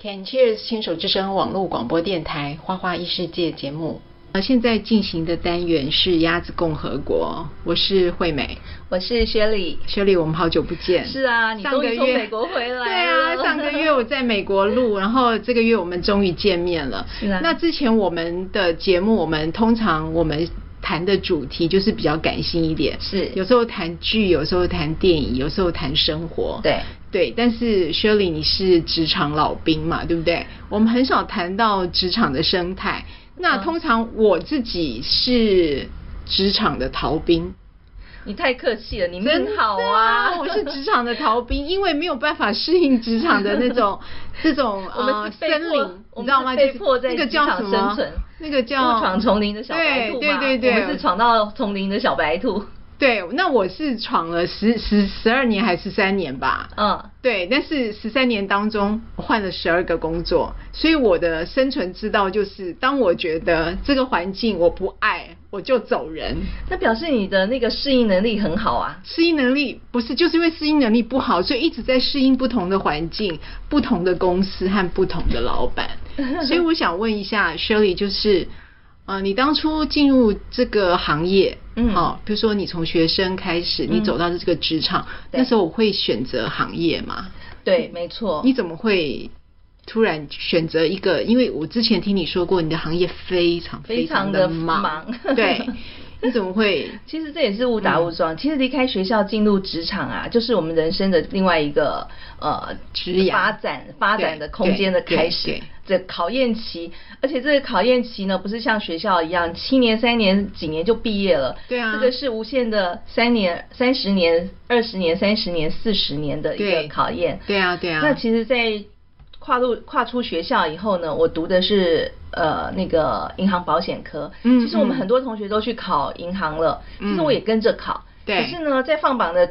Can Cheers 牵手之声网络广播电台《花花异世界》节目，呃，现在进行的单元是鸭子共和国，我是惠美，我是薛礼。雪莉，我们好久不见。是啊，你上终个于从月美国回来 对啊，了上个月我在美国录，然后这个月我们终于见面了。是啊那之前我们的节目，我们通常我们谈的主题就是比较感性一点，是有时候谈剧，有时候谈电影，有时候谈生活。对对，但是 Shirley 你是职场老兵嘛，对不对？我们很少谈到职场的生态。那嗯通常我自己是职场的逃兵。你太客气了，你真命好的啊！我是职场的逃 兵，因为没有办法适应职场的那种这种我们呃是被迫森林，我们你知道是吗？被就是迫在那个职叫场什么？生存那个叫误闯丛林的小白兔嘛，对对对对，我们是闯到丛林的小白兔。对，那我是闯了十十十二年还是三年吧？嗯，对，但是十三年当中我换了十二个工作，所以我的生存之道就是，当我觉得这个环境我不爱，我就走人。那表示你的那个适应能力很好啊。适应能力不是，就是因为适应能力不好，所以一直在适应不同的环境、不同的公司和不同的老板。 所以我想问一下 Shirley，就是，呃，你当初进入这个行业，嗯好、比如说你从学生开始，你嗯走到这个职场，对那时候我会选择行业嘛？对，没错。你怎么会突然选择一个？因为我之前听你说过，你的行业非常非常常的地忙，忙 对，你怎么会？其实这也是误打误嗯撞。其实离开学校进入职场啊，就是我们人生的另外一个呃职涯发展发展的空间的对开对始对。这考验期，而且这个考验期呢，不是像学校一样七年、三年、几年就毕业了。对啊这个是无限的三年、三十年、二十年、三十年、四十年的一个对考验。对啊，对啊。那其实，在跨入跨出学校以后呢，我读的是呃那个银行保险科。嗯其实我们嗯很多同学都去考银行了，嗯其实我也跟着考。对可是呢，在放榜的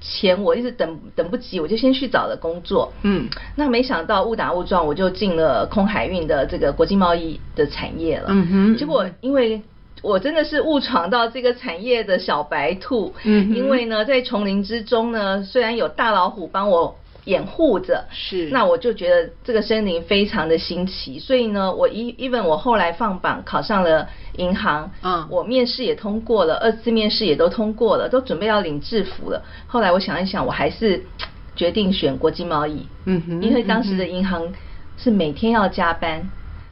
前，我一直等等不及，我就先去找了工作。 嗯，那没想到误打误撞，我就进了空海运的这个国际贸易的产业了。嗯哼结果因为。我真的是误闯到这个产业的小白兔，嗯哼因为呢，在丛林之中呢，虽然有大老虎帮我掩护着，是那我就觉得这个森林非常的新奇，所以呢，我一 even 我后来放榜考上了银行，嗯我面试也通过了，二次面试也都通过了，都准备要领制服了。后来我想一想，我还是决定选国际贸易，嗯哼因为当时的银行是每天要加班，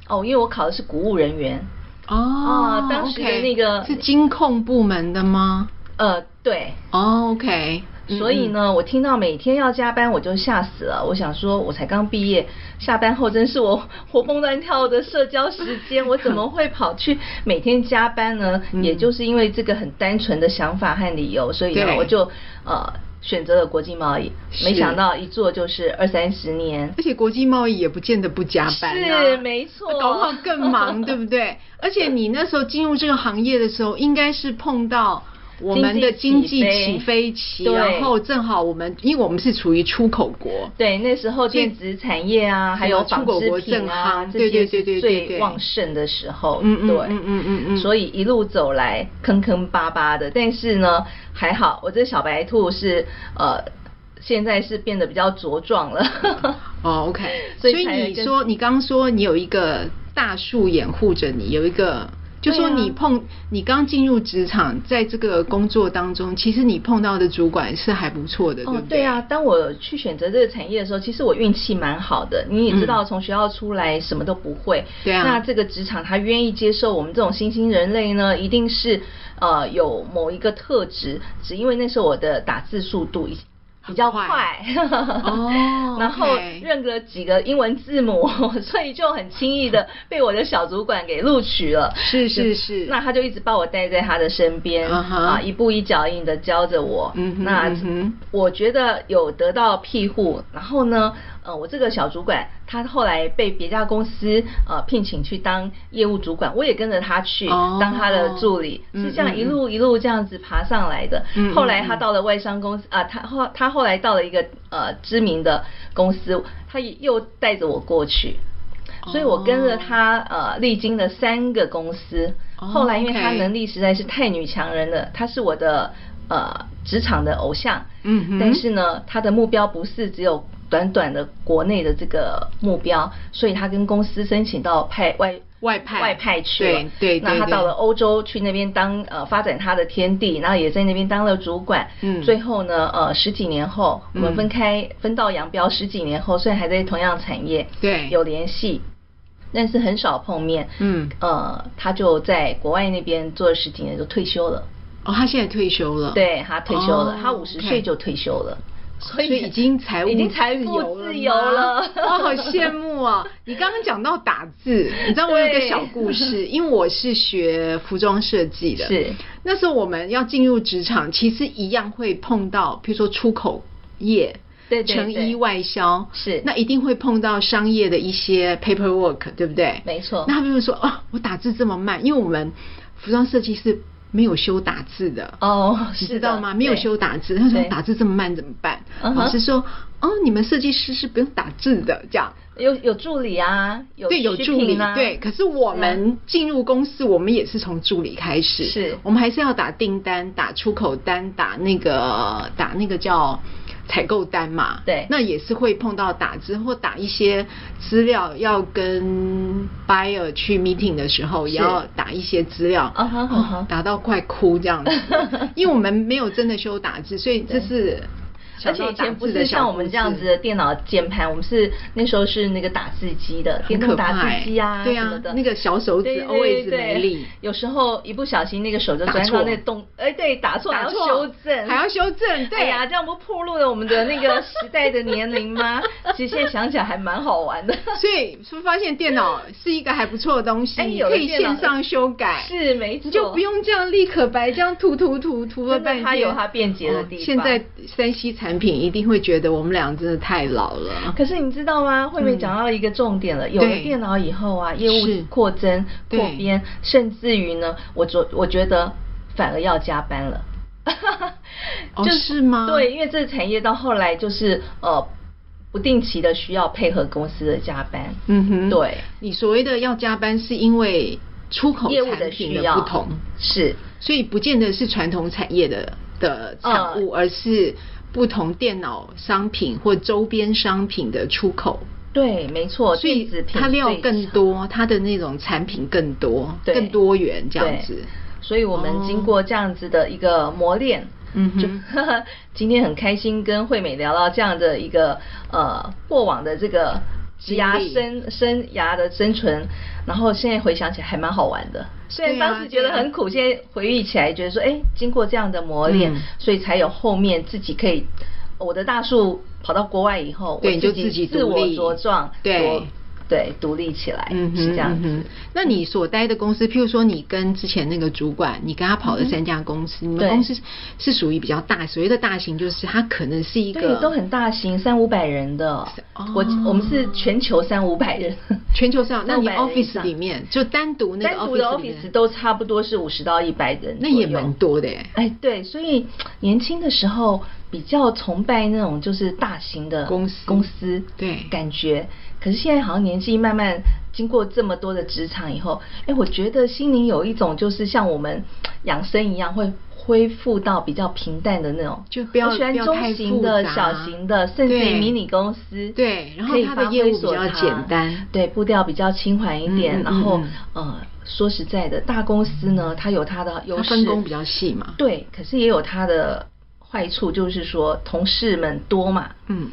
哦，因为我考的是谷务人员，哦哦，当时的 OK，那个是金控部门的吗？呃，对，哦，OK，嗯所以，嗯呢，我听到每天要加班，我就吓死了。我想说，我才刚毕业，下班后真是我 活蹦乱跳的社交时间，我怎么会跑去每天加班呢？ 嗯也就是因为这个很单纯的想法和理由，所以呢对，我就呃选择了国际贸易。是没想到一做就是二三十年。而且国际贸易也不见得不加班、啊，是没错搞不好更 忙，对不对？而且你那时候进入这个行业的时候，应该是碰到。我们的经经济济起起飞飞期，对然后正好我们，因为我们是处于出口国，对，那时候所以电子产业啊，还有什纺么出口织国品啊，正夯这对些对是对对对对最旺盛的时候。嗯嗯对，嗯嗯嗯嗯所以一路走来坑坑巴巴的，但是呢，还好我这小白兔是呃，现在是变得比较茁壮了。 哦，OK，所所以以才你跟说你刚说你有一个大树掩护着你，有一个，就说对啊你碰、你刚进入职场，在这个工作当中，其实你碰到的主管是还不错的，哦对不，对啊，当我去选择这个产业的时候，其实我运气蛮好的。你也知道，嗯从学校出来什么都不会，对啊那这个职场他愿意接受我们这种新兴人类呢，一定是呃有某一个特质。只因为那时候我的打字速度已比较很快，快 哦然后 OK 认了几个英文字母， 所以就很轻易的被我的小主管给录取了。是是是那他就一直把我带在他的身边嗯哼啊，一步一脚印的教着我。嗯哼那嗯哼我觉得有得到庇护，然后呢，呃，我这个小主管他后来被别家公司呃聘请去当业务主管，我也跟着他去哦当他的助理，嗯是这样一嗯嗯路一路这样子爬上来的。嗯嗯后来他嗯到了外商公司啊，他后他后来到了一个呃知名的公司，他也又带着我过去。哦所以我跟着他呃历经了三个公司，哦后来因为他 OK 能力实在是太女强人了，他是我的呃职场的偶像，嗯哼但是呢，他的目标不是只有短短的国内的这个目标，所以他跟公司申请到派外外派外派去了。对对那他对到对了欧洲去那边当呃发展他的天地，然后也在那边当了主管。嗯最后呢，呃，十几年后我们嗯分开、分道扬镳，十几年后虽然还在同样产业，对有联系，但是很少碰面。嗯呃，他就在国外那边做了十几年就退休了。哦，他现在退休了，对他退休了，哦他五十岁 OK 就退休了，所以已经财务已经财自由务自吗，由 了我好羡慕哦！你刚刚讲到打 字，你知道我有一个对小故事，因为我是学服装设计的，是那时候我们要进入职场，其实一样会碰到，比如说出口业。对对成衣对外销是那一定会碰到商业的一些 paperwork，对不对？没错那他们就说哦，我打字这么慢，因为我们服装设计是没有修打字的哦你是知道的吗？没有对修打字，他说对打字这么慢怎么办？嗯哼老师说哦，你们设计师是不用打字的，这样。有有助理啊，有对，有助理 shipping 啊，嗯对。可是我们进入公司，我们也是从助理开始，是我们还是要打订单、打出口单、打那个打那个叫采购单嘛。对那也是会碰到打字或打一些资料，要跟 buyer 去 meeting 的时候，是也要打一些资料，啊哈啊哈哦打到快哭这 样子，因为我们没有真的修打字，所以这是。而且以前不是像我们这样子的电脑键盘，我们是那时候是那个打字机的，很电可动怕打字机啊，欸对啊什么的，那个小手指对对 always 对没力有时候一不小心那个手就打转错到那动，哎，对，打错，还要打错修正，还要修正对哎呀，这样不暴露了我们的那个时代的年龄吗？ 其实现在想起来还蛮好玩的。 所以是不是发现电脑是一个还不错的东西，哎你有了可以电脑线上修改，是没错你就不用这样立可白这样涂涂涂涂了真的半天。哦它有它便捷的地方现在三 C 产品一定会觉得我们俩真的太老了。可是你知道吗？慧敏讲到一个重点了，有了嗯对电脑以后啊，业是务扩增、对扩编，甚至于呢，我觉我觉得反而要加班了。 哦是吗对，因为这个产业到后来就是呃不定期的需要配合公司的加班。嗯哼，对，你所谓的要加班，是因为出口业务产的品需的要不同，是所以不见得是传统产业的的产嗯物，而是不同电脑商品或周边商品的出口。对，没错，所以电子品它料最更多，它的那种产品更多，对更多元这样子对。所以我们经过这样子的一个磨练，哦嗯哼就 今天很开心跟惠美聊到这样的一个呃过往的这个职涯经历生生涯的生存，然后现在回想起来还蛮好玩的。虽然对啊当时觉得对啊很苦，现在回忆起来觉得说，哎，经过这样的磨练，嗯所以才有后面自己可以。我的大树跑到国外以后，对我你就自自己自独我立茁壮，对茁对，独立起来，嗯哼，是这样嗯子。哼。那你所待的公司，譬如说你跟之前那个主管，你跟他跑了三家公司，你们嗯对公司是属于比较大，所谓的大型就是它可能是一个对，都很大型，三五百人的是。哦我我们是全球三五百人，全球上。那你300人以 office 上里面就单独 那单个独的 office 里面 office 都差不多是五十到一百人，那也蛮。多的耶。哎，对，所以年轻的时候比较崇拜那种就是大型的公司公司对感觉。可是现在好像年纪慢慢经过这么多的职场以后，哎，我觉得心灵有一种就是像我们养生一样会。恢复到比较平淡的那种，就不要我喜欢不要太中型的、复杂小型的，甚至于对迷你公司，对然后可以它的发业挥务比所较长简单对，步调比较轻缓一点，嗯嗯然后嗯嗯呃，说实在的，大公司呢，它有它的优它势，分工比较细嘛对，可是也有它的坏处，就是说同事们多嘛。嗯，。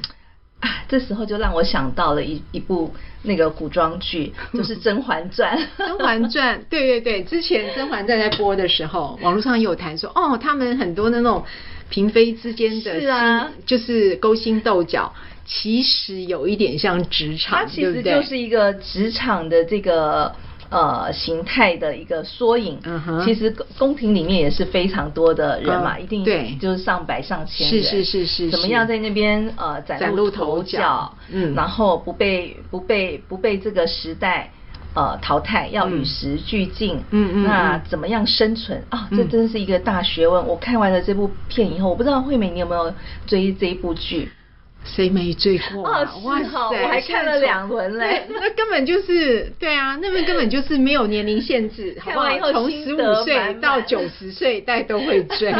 啊，这时候就让我想到了一一部那个古装剧，就是《甄嬛传》《甄嬛传》对对对，之前《甄嬛传》在播的时候，网络上有谈说，哦，他们很多的那种嫔妃之间的是啊心就是勾心斗角，其实有一点像职场，它其对实不对就是一个职场的这个呃形态的一个缩影。嗯哼其实宫宫廷里面也是非常多的人嘛，嗯一定对就是上百上千是人。是是是怎么是样在那边呃崭崭露露头头角角？嗯然后不被不被不被这个时代。呃，淘汰要与嗯时俱进，嗯嗯那嗯怎么样生存啊？这嗯真是一个大学问。我看完了这部片以后，我不知道惠美你有没有追这一部剧？谁没追过、啊？哦哇是哦塞，我还看了两轮嘞 对那根本就是对啊，那边根本就是没有年龄限制，好看不好完以？后从十心五得岁满到满九十岁，大家都会 追。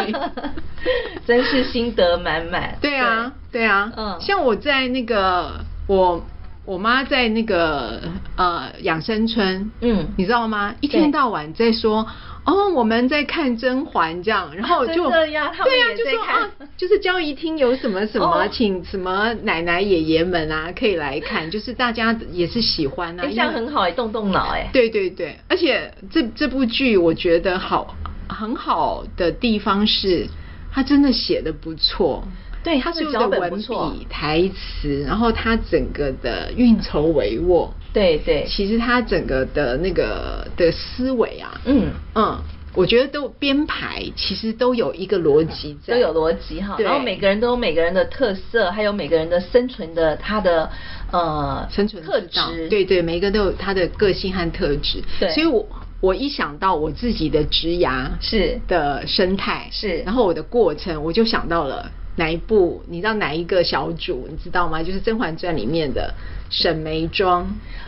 真是心得满满。对啊，对啊，嗯像我在那个我我妈在那个呃养生村，嗯你知道吗？一对天到晚在说。哦，我们在看甄嬛这样，然后我啊真就的呀他们对呀、也就在说看啊，就是交谊厅有什么什么，哦请什么奶奶爷爷们啊，可以来看，就是大家也是喜欢啊，对，哎因这样为很好哎，动动脑哎。对对对，而且这这部剧我觉得好很好的地方是，它真的写的不错。对它它的所有脚的本文不错笔、台词，然后它整个的运筹帷幄，对对，其实它整个的那个的思维啊，嗯，嗯，我觉得都编排其实都有一个逻辑在，都有逻辑哈。啊对然后每个人都有每个人的特色，还有每个人的生存的他的呃生存特之道质。对对，每一个都有他的个性和特质。对所以我我一想到我自己的职涯是的生态是然后我的过程，我就想到了哪一部，你知道哪一个小主，你知道吗？就是《甄嬛传》里面的沈眉庄。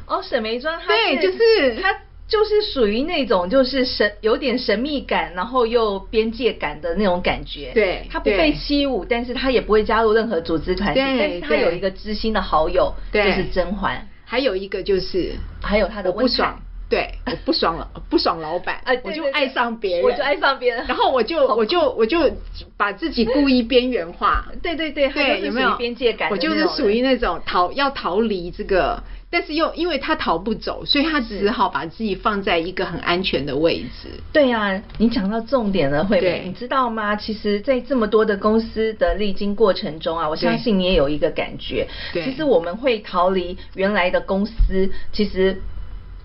哦，沈眉庄她对就是她就是属于那种就是神有点神秘感，然后又边界感的那种感觉。对她不对被欺侮，但是她也不会加入任何组织团体，对但是她对有一个知心的好友，就对是甄嬛，还有一个就是还有她的我不温爽床。，对，我不爽了，不爽老板，哎我对就对对爱上别人，我就爱上别人然后我就好我就我就把自己故意边缘化， 对对对他就是有属没于有边界感的我就那是种属于人那种逃要逃离这个，但是又因为他逃不走，所以他只好把自己放在一个很安全的位置。对呀、你讲到重点了，慧对美，你知道吗？其实，在这么多的公司的历经过程中啊，我相信你也有一个感觉，对其实我们会逃离原来的公司，其实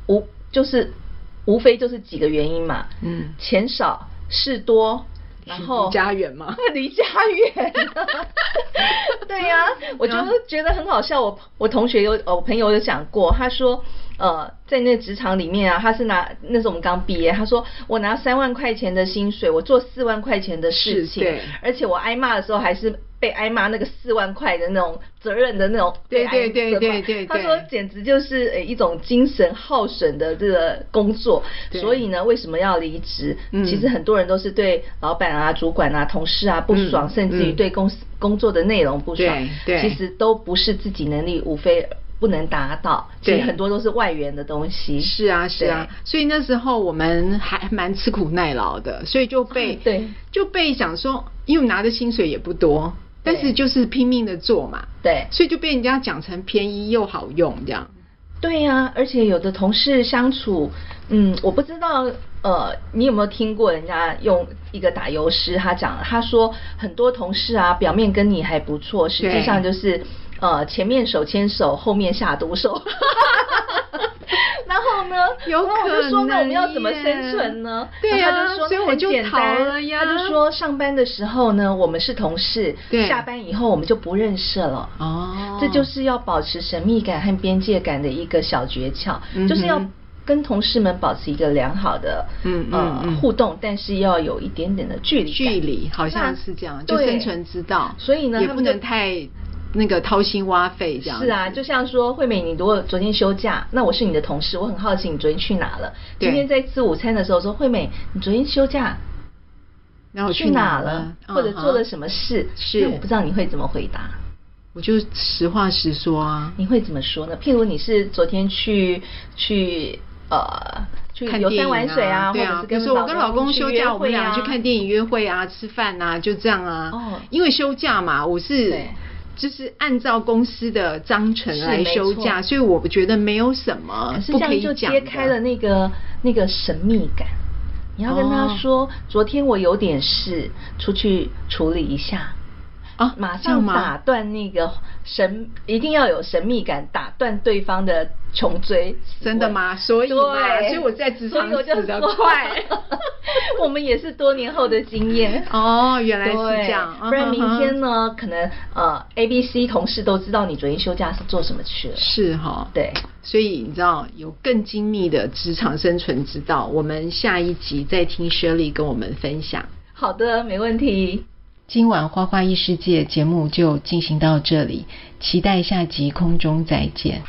无就是无非就是几个原因嘛，嗯，钱少事多，然后离家远吗？离家远。 对呀、嗯我就觉得很好笑。我我同学有，呃我朋友有讲过，他说，呃，在那个职场里面啊，他是拿那时候我们刚毕业，他说我拿三万块钱的薪水，我做四万块钱的事是情对，而且我挨骂的时候还是。被挨骂那个四万块的那种责任的那种被对挨对对责骂对对他对说简直就是呃一种精神耗损的这个工作，对所以呢，为什么要离职？嗯其实很多人都是对老板啊、主管啊、同事啊不爽，嗯甚至于嗯对公司工作的内容不爽，对对其实都不是自己能力，无非不能达到，其对实很多都是外援的东西。是啊，是嗯啊对，所以那时候我们还蛮吃苦耐劳的，所以就被、嗯对就被想说，因为我拿的薪水也不多，对但是就是拼命的做嘛，对所以就被人家讲成便宜又好用这样。对呀、而且有的同事相处，嗯，我不知道，呃，你有没有听过人家用一个打油诗，他讲，他说很多同事啊，表面跟你还不错，实际对上就是，呃，前面手牵手，后面下毒 手。然后呢？然有后我就说可能那我们要怎么耶生存呢？对呀然后他就说所以我很就简逃单了呀他就说上班的时候呢，我们是同事，对下班以后我们就不认识了。哦这就是要保持神秘感和边界感的一个小诀窍，嗯哼就是要跟同事们保持一个良好的嗯呃嗯嗯互动，但是要有一点点的距离感距离，好像是这样，就对生存之道。所以呢也他不们就能太那个掏心挖肺这样子。是啊，就像说惠美，你如果昨天休假，那我是你的同事，我很好奇你昨天去哪了。对今天在吃午餐的时候说，惠美，你昨天休假然后我去哪哪了，嗯或者做了哼什么事？是那我不知道你会怎么回答。我就实话实说啊。你会怎么说呢？譬如你是昨天去去呃去看游电山影玩水啊，对或者是比如跟说我跟老公去休约假，我们会俩啊去看电影、约会啊、吃饭啊，就这样啊。哦因为休假嘛，我是对就是按照公司的章程是来没休错假，所以我觉得没有什么可是啊不这可样以就讲揭开了那个那个神秘感。你要跟他哦说，昨天我有点事，出去处理一下。啊，马这样上吗打断那个神，一定要有神秘感，打断对方的穷追。真的吗所以嘛对所以我在职场所以我就死 得说快我们也是多年后的经验。哦原来是这样对不然嗯哼明天呢，可能呃，A、B、C 同事都知道你昨天休假是做什么去了。是哦哈、对，所以你知道有更精密的职场生存之道，我们下一集再听 Shirley 跟我们分享。好的，没问题。今晚《花花异世界》节目就进行到这里，期待下集空中再见。